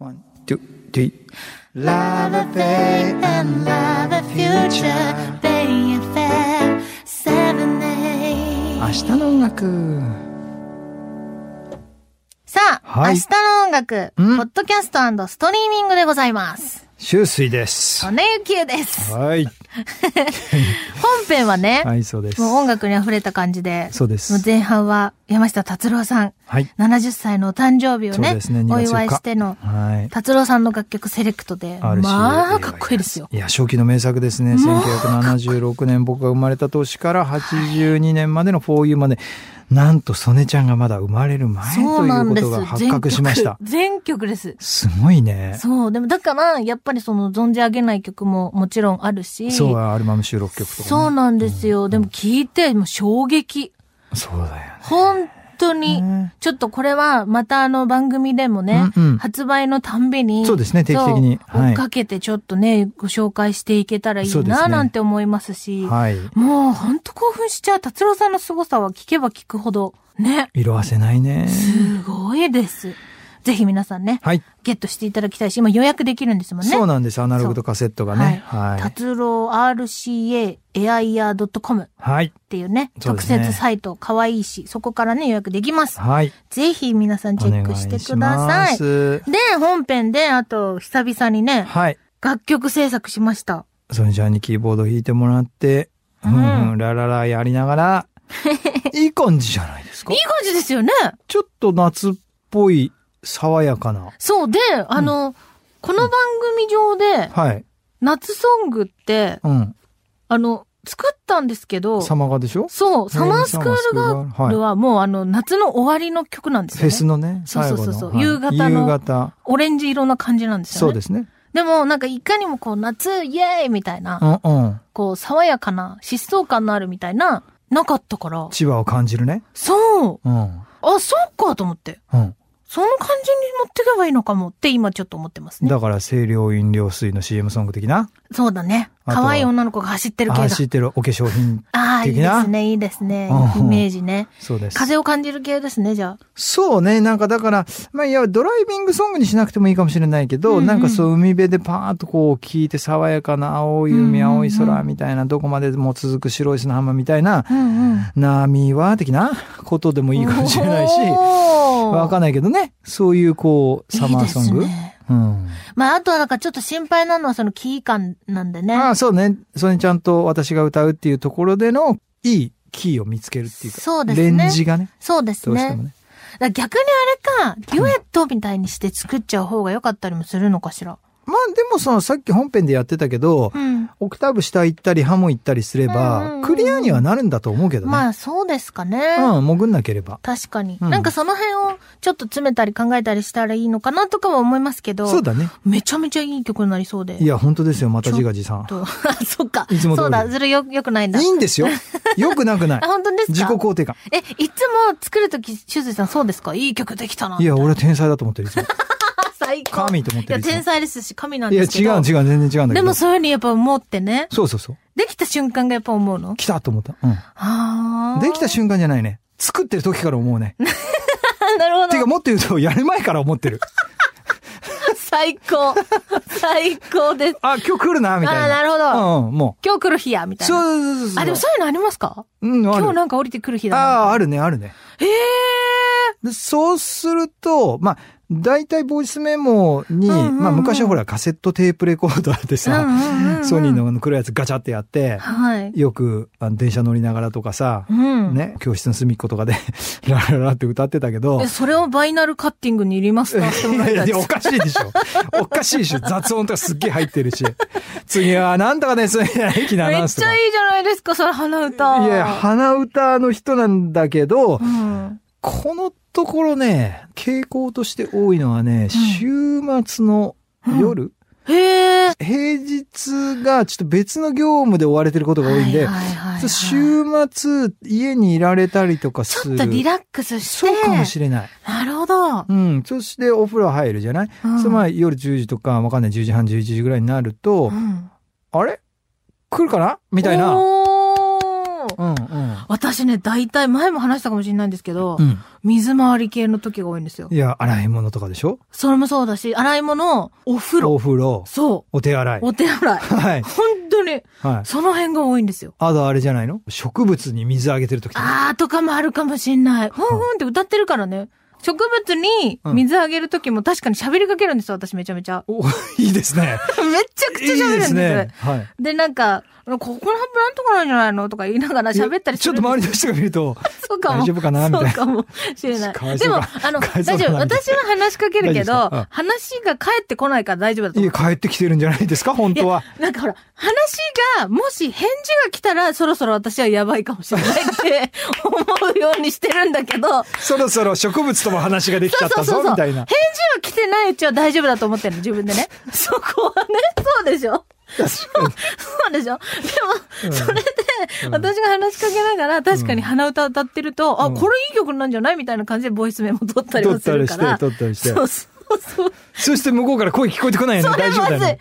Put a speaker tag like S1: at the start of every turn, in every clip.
S1: One, two, three. Love affair and love a future.
S2: Bay FM 7A
S1: 明日の音楽。
S2: さあ、
S1: はい
S2: 明日の音楽、
S1: うん
S2: ポッドキャストストリーミングでございます。
S1: 秋水です。
S2: おねゆきゅうです。
S1: はい。
S2: 本編はね、
S1: はい、そうです。
S2: もう音楽に溢れた感じで、
S1: そうです
S2: もう前半は山下達郎さん、
S1: はい。
S2: 70歳のお誕生日を
S1: そう
S2: ね、
S1: ですね、2
S2: お
S1: 月4日
S2: 祝いしての、
S1: はい。
S2: 達郎さんの楽曲セレクトで、
S1: RCA
S2: まあ、かっこいいですよ。
S1: いや、初期の名作ですね。1976年、僕が生まれた年から82年までの 4U まで、なんと、ソネちゃんがまだ生まれる前
S2: そ
S1: と
S2: う
S1: い
S2: な
S1: うんこ
S2: です
S1: とが発覚しました。
S2: 全曲全曲です。
S1: すごいね。
S2: そう、でもだから、やっぱりその存じ上げない曲ももちろんあるし、
S1: そうはアルバム収録曲とか、ね。
S2: そうなんですよ。でも聞いて、もう衝撃。
S1: そうだよね。
S2: 本当
S1: ね
S2: に、ちょっとこれはまたあの番組でもね、
S1: うんうん
S2: 発売のたんびに、
S1: そうですね定期的に
S2: そう
S1: はい
S2: 追っかけてちょっとね、ご紹介していけたらいい
S1: そうです
S2: な
S1: ね
S2: なんて思いますし、
S1: はい。
S2: もう本当興奮しちゃう。達郎さんの凄さは聞けば聞くほど、ね、
S1: 色あせないね。
S2: すごいです。ぜひ皆さんね、
S1: はい。
S2: ゲットしていただきたいし、今予約できるんですもんね。
S1: そうなんです。アナログとカセットがね。
S2: は。
S1: はいい。
S2: 達郎 RCA エアイヤー .com
S1: はい。
S2: っていうね、
S1: そうで
S2: 特
S1: すね
S2: 設サイト、可愛いし、そこからね、予約できます。
S1: はい。
S2: ぜひ皆さんチェックしてください。
S1: お願します
S2: で、本編で、あと、久々にね、
S1: はい。
S2: 楽曲制作しました。
S1: ソニちゃんにキーボード弾いてもらって、
S2: う
S1: うんん、うん、ラララやりなが ら、いい感じじゃないです
S2: い
S1: か
S2: い。感じですよね。
S1: ちょっと夏っぽい、爽やかな。
S2: そうで、あの、この番組上で、
S1: はい。
S2: 夏ソングって、
S1: うん。
S2: あの、作ったんですけど、
S1: 様がでしょ
S2: そう、サマースクールガー
S1: ー
S2: ルはもうあの、夏の終わりの曲なんです
S1: フ
S2: よ
S1: ェス
S2: ね。
S1: のね、
S2: そう
S1: 最
S2: そ
S1: 後
S2: うそう
S1: の。
S2: そう
S1: はい
S2: 夕方の
S1: 夕方。
S2: オレンジ色な感じなんですよね。
S1: そうですね。
S2: でも、なんかいかにもこう、夏、イエーイみたいな、
S1: うんうん。
S2: こう、爽やかな、疾走感のあるみたいな、なかったから。
S1: 千葉を感じるね。
S2: そう
S1: うん。
S2: あ、そうかと思って。
S1: うん。
S2: その感じに持ってけばいいのかもって今ちょっと思ってますね。
S1: だから、清涼飲料水の CM ソング的な。
S2: そうだね。
S1: あとは
S2: 可愛い女の子が走ってる系だ。
S1: 走ってるお化粧品。
S2: ああ、いい
S1: 的
S2: で
S1: な
S2: すね、いいですね
S1: うん。うん
S2: イメージね。
S1: そうです。
S2: 風を感じる系ですね、じゃあ。
S1: そうね。なんかだから、まあいや、ドライビングソングにしなくてもいいかもしれないけど、
S2: うんうん
S1: なんかそう海辺でパーッとこう聞いて爽やかな青い海、
S2: うんうんうん
S1: 青い空みたいな、どこまでも続く白い砂浜みたいな、
S2: うんうん。
S1: 波は的なことでもいいかもしれないし、わ
S2: わ
S1: かんないけどね。そういうこう、サマーソング。うん。
S2: まあ、あとはなんかちょっと心配なのはそのキー感なんでね。
S1: ああ、そうね。それにちゃんと私が歌うっていうところでの、いいキーを見つけるっていうか、
S2: そうです
S1: レ
S2: ね
S1: ンジがね、
S2: そうです
S1: どうして
S2: ね。
S1: もね。
S2: だから逆にあれか、デュエットみたいにして作っちゃう方が良かったりもするのかしら。
S1: まあでもそのさっき本編でやってたけど、
S2: うん。
S1: オクターブ下行ったり、ハモ行ったりすれ
S2: うんうんうん
S1: ば、クリアにはなるんだと思うけどね。
S2: まあ、そうですかね。
S1: うん、潜んなければ。
S2: 確かに、
S1: うん
S2: なんかその辺をちょっと詰めたり考えたりしたらいいのかなとかは思いますけど。
S1: そうだね。
S2: めちゃめちゃいい曲になりそうで。
S1: いや、本当ですよ。また自画自賛。
S2: と。 あそっか。
S1: いつも通り
S2: そうだ、それよ、よくないんだ。
S1: いいんですよ。 よくなくな
S2: あ、
S1: い。
S2: 本当ですか
S1: 自己肯定感。
S2: え、いつも作るとき、しゅずさんそうですかいい曲できたな。
S1: いや、俺は天才だと思ってる。いつも
S2: あ、 最高。
S1: 神と思っ
S2: い
S1: て
S2: や、
S1: る。いつも
S2: 天才ですし、神なん
S1: いや、
S2: で
S1: 違
S2: すけど。
S1: う、違う、全然違うんだけ
S2: で
S1: ど。
S2: もそういうふうにやっぱ思ってね。
S1: そうそうそう。
S2: できた瞬間がやっぱ思うの
S1: 来たと思った。う
S2: あ
S1: ん。
S2: あ。
S1: できた瞬間じゃないね。作ってる時から思うね。
S2: 間。 なるほど。
S1: てか、もっと言うと、やる前から思ってる。
S2: 最高。 最高です。
S1: あ、今日来るな、みたいな。
S2: あーなるほど
S1: うんうん、も
S2: 今日来る日や、み
S1: う。
S2: たい
S1: そ
S2: な。
S1: うそうそうそう。
S2: あ、でもそういうのありますか
S1: うん、あ
S2: 今
S1: る
S2: 日。なんか降りてくる日だな。
S1: ああ、あるね、あるね。
S2: へえ。
S1: でそうすると、まあ、大体ボイスメモに、
S2: うんうんうん
S1: まあ、昔はほらカセットテープレコーダーで
S2: うん
S1: さ、
S2: うんうんうん
S1: ソニーのあの黒いやつガチャってやって、
S2: はい。
S1: よくあの電車乗りながらとかさ、
S2: うん。
S1: ね、教室の隅っことかで、ラララって歌ってたけど
S2: え、、それをバイナルカッティングにリマスターしても
S1: い
S2: ら
S1: や
S2: い
S1: い
S2: た
S1: や
S2: い
S1: い
S2: で
S1: や、お
S2: す。
S1: かしいでしょ。おかしいでしょ。雑音とかすっげえ入ってるし。次は、なんとかです、駅のアナウ
S2: めっ
S1: ンスと
S2: ちゃ
S1: か。
S2: いいじゃないですか、それ鼻歌。
S1: いや、鼻歌の人なんだけど、
S2: うん。
S1: このところね、傾向として多いのはね、週末の夜、
S2: へえ。
S1: 平日がちょっと別の業務で追われてることが多いんで、
S2: はいはいはいはい
S1: 週末家にいられたりとかす
S2: ちょ
S1: る。
S2: っとリ
S1: ッ
S2: ラックスして。
S1: そうかもしれない。
S2: なるほど。
S1: うん。そしてお風呂入るじゃない、
S2: うん
S1: その前夜10時とか、わかんない、10時半、11時ぐらいになると、
S2: うん
S1: あれ来るかなみたいな。
S2: おーど、
S1: うんうん。
S2: 私ね、大体前も話したかもしれないんですけど、
S1: うん。
S2: 水回り系の時が多いんですよ
S1: い。や、洗い物とかでしょ
S2: それもそうだし、洗い物、お風呂
S1: お。風呂、
S2: そ
S1: お手洗
S2: う。
S1: い。
S2: お手洗い。
S1: はい。
S2: 本当に、
S1: はい。
S2: その辺が多いんですよ。
S1: あとあれじゃないの植物に水あげてる時とか。
S2: あーとかもあるかもしんない。ふんふんって歌ってるからね。植物に水あげる時も確かに喋りかけるんですよ、私めちゃめちゃ。
S1: お、いいですね。
S2: めちゃく
S1: い
S2: ちゃ
S1: い
S2: 喋るん
S1: で
S2: です
S1: すね。はい。
S2: で、なんか、ここのハブなんとかなんじゃないのとか言いながら喋ったりす
S1: ちょ
S2: る
S1: っと周りの人が見ると、
S2: そうかも。
S1: 大丈夫かなみたいな
S2: そうかもしれ な
S1: かわ
S2: い。
S1: い
S2: で
S1: そう
S2: も、
S1: か
S2: あの、
S1: かわ
S2: 大
S1: いそうだ
S2: 丈
S1: なみ
S2: 夫。
S1: たいな
S2: 私は話しかけるけ
S1: 大丈夫
S2: ど
S1: ですかうん、
S2: 話が返ってこないから大丈夫だと
S1: い
S2: 思
S1: や、
S2: う。
S1: 帰ってきてるんじゃないですか本当は。
S2: なんかほら、話が、もし返事が来たら、そろそろ私はやばいかもしれないって 思うようにしてるんだけど、
S1: そろそろ植物とも話ができちゃ
S2: そう
S1: った
S2: そうそ
S1: ぞ、
S2: うそ
S1: み
S2: う。
S1: た
S2: 返
S1: い
S2: 事が
S1: な。
S2: 来てないうちは大丈夫だと思ってるの、自分でね。そこはね、そうでしょそうでしょでも、それで、私が話しかけながら、確かに鼻歌歌ってると、あ、
S1: うん
S2: これいい曲なんじゃないみたいな感じでボイスメモ取ったり
S1: 撮
S2: も
S1: っ
S2: す
S1: た
S2: る
S1: り
S2: か
S1: して、
S2: ら。
S1: 撮ったりして。
S2: そうそうそう。
S1: そして向こうから声聞こえてこないよね。
S2: それ
S1: 大
S2: まず
S1: 丈
S2: い。
S1: 夫
S2: そうな
S1: だよ
S2: っ
S1: ね。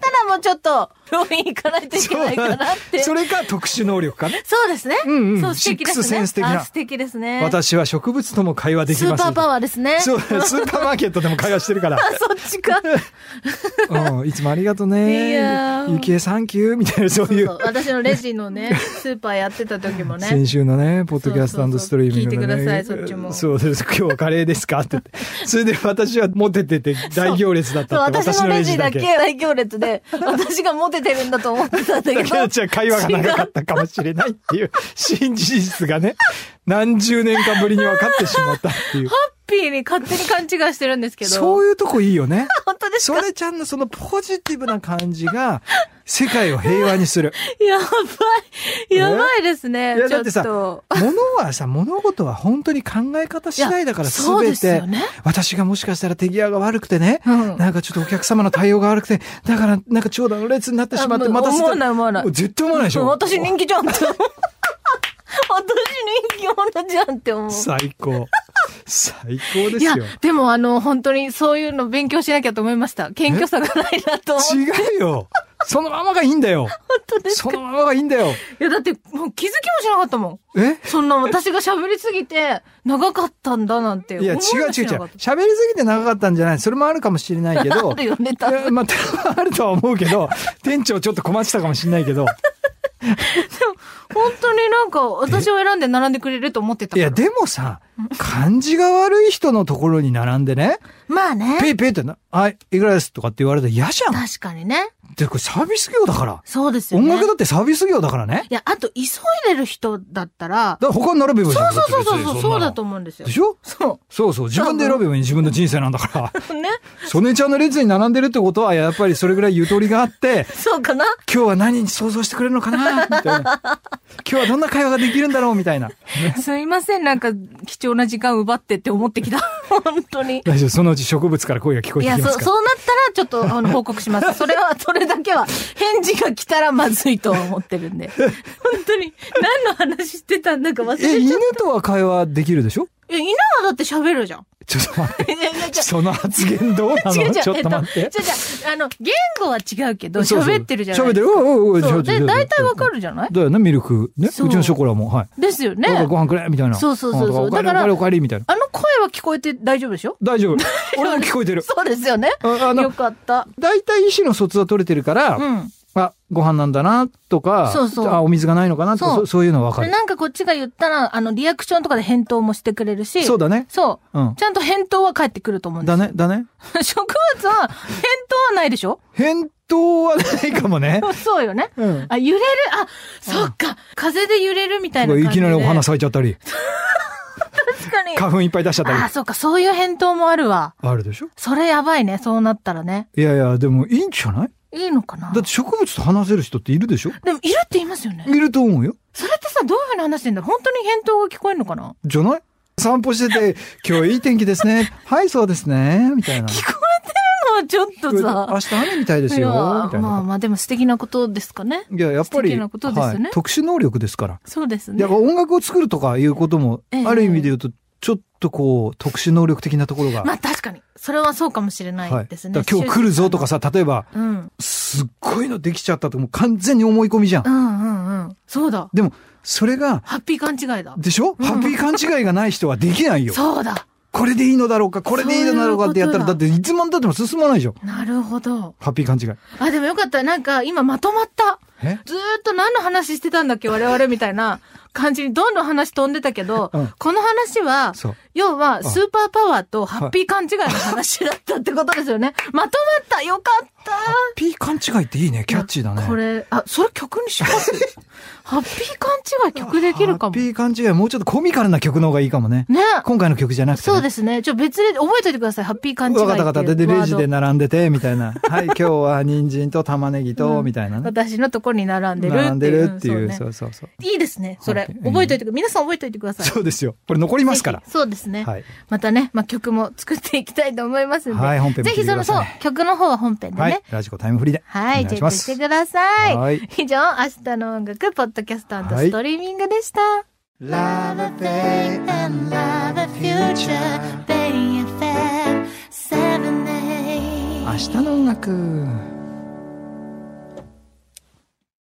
S2: たらもうちょっと、病院行かないといけないかなって。
S1: そ
S2: そう
S1: れか特殊能力かね。
S2: ですね。
S1: んうん
S2: そう、素敵ですね。
S1: シックスセンス的な
S2: あ素敵ですね。
S1: 私は植物とも会話でき
S2: スー
S1: ます。
S2: パーパワーですね。
S1: そう、スーパーマーケットでも会話してる から。
S2: あそっちか。
S1: うん、いつもありがとね。
S2: いやー
S1: ゆきえサンキューみたいな、そうい
S2: そうう。私のレジのね、スーパーやってた時もね。
S1: 先週のね、ポッドキャストストリーミングのね。
S2: そうそうそう聞いてくださいそっちも
S1: そうです。今日はカレーですかって言って。それで私はモテてて大行列だっ
S2: そう
S1: たって。
S2: 私のレジだけ。大行列 で、私がモテてるんだと思ってたんだけ
S1: だけ
S2: ど
S1: ど、。じゃあ会話が長かったかもしれないっていう、新事実がね、何十年かぶりに分かってしまったっていう。
S2: ハッピーに勝手に勘違いしてるんですけど。
S1: そういうとこいいよね。
S2: 本当です
S1: そ
S2: か
S1: れちゃんのそのポジティブな感じが、世界を平和にする。
S2: やばい。やばいですね。
S1: いや
S2: ち
S1: だ
S2: ょ
S1: っ
S2: って
S1: さ
S2: と。
S1: 物はさ、物事は本当に考え方次第だから
S2: いやそう
S1: 全
S2: です
S1: て
S2: よ、ね。
S1: 私がもしかしたら手際が悪くてね、
S2: うん
S1: なんかちょっとお客様の対応が悪くて、だからなんか長蛇の列になってしまって、
S2: あも
S1: ま
S2: う
S1: た
S2: 思わない思わない
S1: もう絶対思わないでしょ。
S2: 私人気じゃんって 思う。私人気者じゃんって思う。
S1: 最高。最高で
S2: い
S1: す
S2: や
S1: よ。、
S2: でもあの、本当にそういうの勉強しなきゃと思いました。謙虚さがないなと思う。
S1: 違うよ。そのままがいいんだよ。
S2: 本当です
S1: そ
S2: か
S1: のままがいいんだよ。
S2: いや、だってもう気づきもしなかったもん。
S1: え
S2: そんな私が喋りすぎて長かったんだなんて
S1: い
S2: 思い
S1: や、違
S2: も
S1: う
S2: し
S1: 違う違う
S2: なかった。
S1: 喋りすぎて長かったんじゃないそれもあるかもしれないけ ど。
S2: あるよね、多
S1: い
S2: 分。
S1: やまあ、多 分あるとは思うけど、店長ちょっと困ってたかもしれないけど。
S2: 本当になんか私を選んで並んでくれると思ってた
S1: いや、
S2: から。
S1: でもさ、感じが悪い人のところに並んでね、
S2: まあね。
S1: ペイペイってな、はい、いくらですとかって言われたら嫌じゃん。
S2: 確かにね。
S1: で、これサービス業だから。
S2: そうですよ
S1: 音
S2: ね。
S1: 楽だってサービス業だからね。
S2: いや、あと、急いでる人だったら、
S1: だから他に並べばいいじ
S2: そ
S1: ゃ。
S2: うんそうそう
S1: 別
S2: そう、
S1: に
S2: そ
S1: ん
S2: う
S1: な
S2: だと思うんですよ
S1: で。しょ
S2: そ
S1: そうそう。自分で選べばいい自分の人生なんだから。
S2: う。ね。
S1: ソネちゃんの列に並んでるってことは、やっぱりそれぐらいゆとりがあって、
S2: そうかな
S1: 今日は何に想像してくれるのかなみたいな。 今日はどんな会話ができるんだろうみたいな。
S2: すいません、なんか、貴重な時間奪ってって思ってきた。 本当に。
S1: 大丈夫、そのうち植物から声が聞こえ
S2: い
S1: てきます
S2: や、そ
S1: から。
S2: う、そうなったら、ちょっと、あの、報告 します。それは、それだけは、返事が来たらまずいと思ってる んで。本当に、何の話してたんだか忘れ
S1: え、
S2: ちゃ
S1: 犬
S2: っ
S1: とは会話できるでしょ
S2: た。え、犬はだって喋るじゃん。
S1: ちょっと 待って。
S2: えなんか
S1: その発言どうな
S2: 違う違う
S1: の、ちょっと待って
S2: えっ。と、違う違う、あの、言語は違うけど、
S1: そうそう
S2: 喋ってるじゃない
S1: 喋ってる。おうおうおう
S2: そ
S1: 喋
S2: う。
S1: ってる
S2: で、
S1: 喋ってる
S2: 大体わかるじゃない
S1: だよね、ミルク。ね。うち
S2: そう
S1: のショコラも。はい。
S2: ですよ
S1: だ
S2: ね。
S1: から
S2: あ
S1: ご飯くれみたいな。
S2: そうそうそうそうん
S1: とかお
S2: だ
S1: か
S2: か
S1: え
S2: ら
S1: りおかえりおかえりみたいな。
S2: の声は聞こえて大丈夫でしょ
S1: 大 丈夫。俺も聞こえてる。
S2: そうですよね。
S1: ああ
S2: よ
S1: の、
S2: かった。
S1: 大体意思の疎通は取れてるから、
S2: うん。
S1: あ、ご飯なんだな、とか、
S2: そうそう
S1: あ、お水がないのかな、とか、
S2: そう
S1: そうそういうのはわか
S2: で
S1: る。
S2: なんかこっちが言ったら、あの、リアクションとかで返答もしてくれるし。
S1: そうだね。。
S2: そううんちゃんと返答は返ってくると思うんで
S1: だ
S2: す。
S1: ね、だね。
S2: 植物は、返答はないで しょ
S1: 返答はないかもね
S2: で。もそうよね。
S1: うん。
S2: あ、揺れる、あ、そっか、風で揺れるみたいな感じで。
S1: いきなりお花咲いちゃったり、
S2: 確かに。
S1: 花粉いっぱい出しちゃったり
S2: あ、。そっか、そういう返答もあるわ。
S1: あるでしょ
S2: それやばいね、そうなったらね。
S1: いやいや、でもいいんじゃない
S2: いいのかな
S1: だって植物と話せる人っているでしょ
S2: でも、いるって言いますよね。
S1: いると思うよ。
S2: それってさ、どういうふうに話してんだろう本当に返答が聞こえるのかな
S1: じゃない散歩して て、今日いい天気ですね。はい、そうですね。みたいな。
S2: 聞こえてるのはちょっと
S1: 明
S2: さ。
S1: 日雨みたいです
S2: い
S1: よ。
S2: や
S1: みたい
S2: まあ
S1: な。
S2: まあ、でも素敵なことですかね。
S1: いや、やっぱり、
S2: 素敵なことですね
S1: はい特殊能力ですから。
S2: そうです
S1: い
S2: ね
S1: や、。音楽を作るとかいうことも
S2: ええ、
S1: ある意味で言うと、ちょっとこう、特殊能力的なところが。
S2: まあ確かに。それはそうかもしれな
S1: はいい。だ
S2: です
S1: か
S2: ね。
S1: ら今日来るぞとかさ、例えば、
S2: うん。
S1: すっごいのできちゃったともう完全に思い込みじゃん
S2: う。んうんうんうん。そうだ。
S1: でも、それが、
S2: ハッピー勘違いだ。
S1: でしょハッピー勘違いがない人はできないよ。
S2: そうだ。
S1: これでいいのだろうか、これでいいのだろうかってやったら、
S2: そ
S1: だ
S2: うい
S1: っ
S2: う
S1: ていつまで経っても進まないでしょ。
S2: なるほど。
S1: ハッピー勘違い。
S2: あ、でもよかった。なんか、今まとまった。
S1: え
S2: ずーっと何の話してたんだっけ我々みたいな感じにどんどん話飛んでたけど、
S1: うん
S2: この話は、
S1: そう。
S2: 要は、
S1: ん
S2: スーパーパワーとハッピー勘違いの話だったってことですよね。まとまったよかった
S1: ハッピー勘違いっていいね。キャッチーだね。
S2: これ、あ、それ曲に します。ハッピー勘違い曲できるかも。
S1: ハッ
S2: ね
S1: ピー勘違い、もうちょっとコミカルな曲の方がいいかもね。今回の曲じゃなくて、ね。
S2: そうですね。ちょ、別で覚えといてください。ハッピー勘違いってい
S1: わ
S2: う
S1: かったわかった。で、
S2: ワード
S1: レジで並んでて、みたいな。はい、今日は人参と玉ねぎと、
S2: うん
S1: みたいなね。
S2: 私のところに並んでるっていう。
S1: 並んでるっていう。
S2: そ
S1: そう
S2: ね
S1: うそうそう。
S2: いいですね。それ。
S1: ハッピー
S2: 覚えといてく、皆さん覚えといて ください。
S1: そうですよ。これ残りますから
S2: ぜ。ひそうですね。
S1: はい。
S2: またね、まあ、曲も作っていきたいと思いますんで。
S1: はい本編も
S2: ぜ
S1: 聞いて
S2: ひ
S1: く
S2: そ
S1: だ
S2: の、
S1: さい
S2: そう
S1: ね、
S2: 曲の方は本編で
S1: はい
S2: ね。。
S1: ラジコタイムフリーで。
S2: はい、
S1: お願
S2: チ
S1: い
S2: ェ
S1: し
S2: ッ
S1: ま
S2: クし
S1: す
S2: て。ください。
S1: はい
S2: 以上、明日の音楽、ポッドキャスト
S1: は
S2: ス
S1: い
S2: トリーミングでした。
S1: Love a day and love a future, 明日の音楽。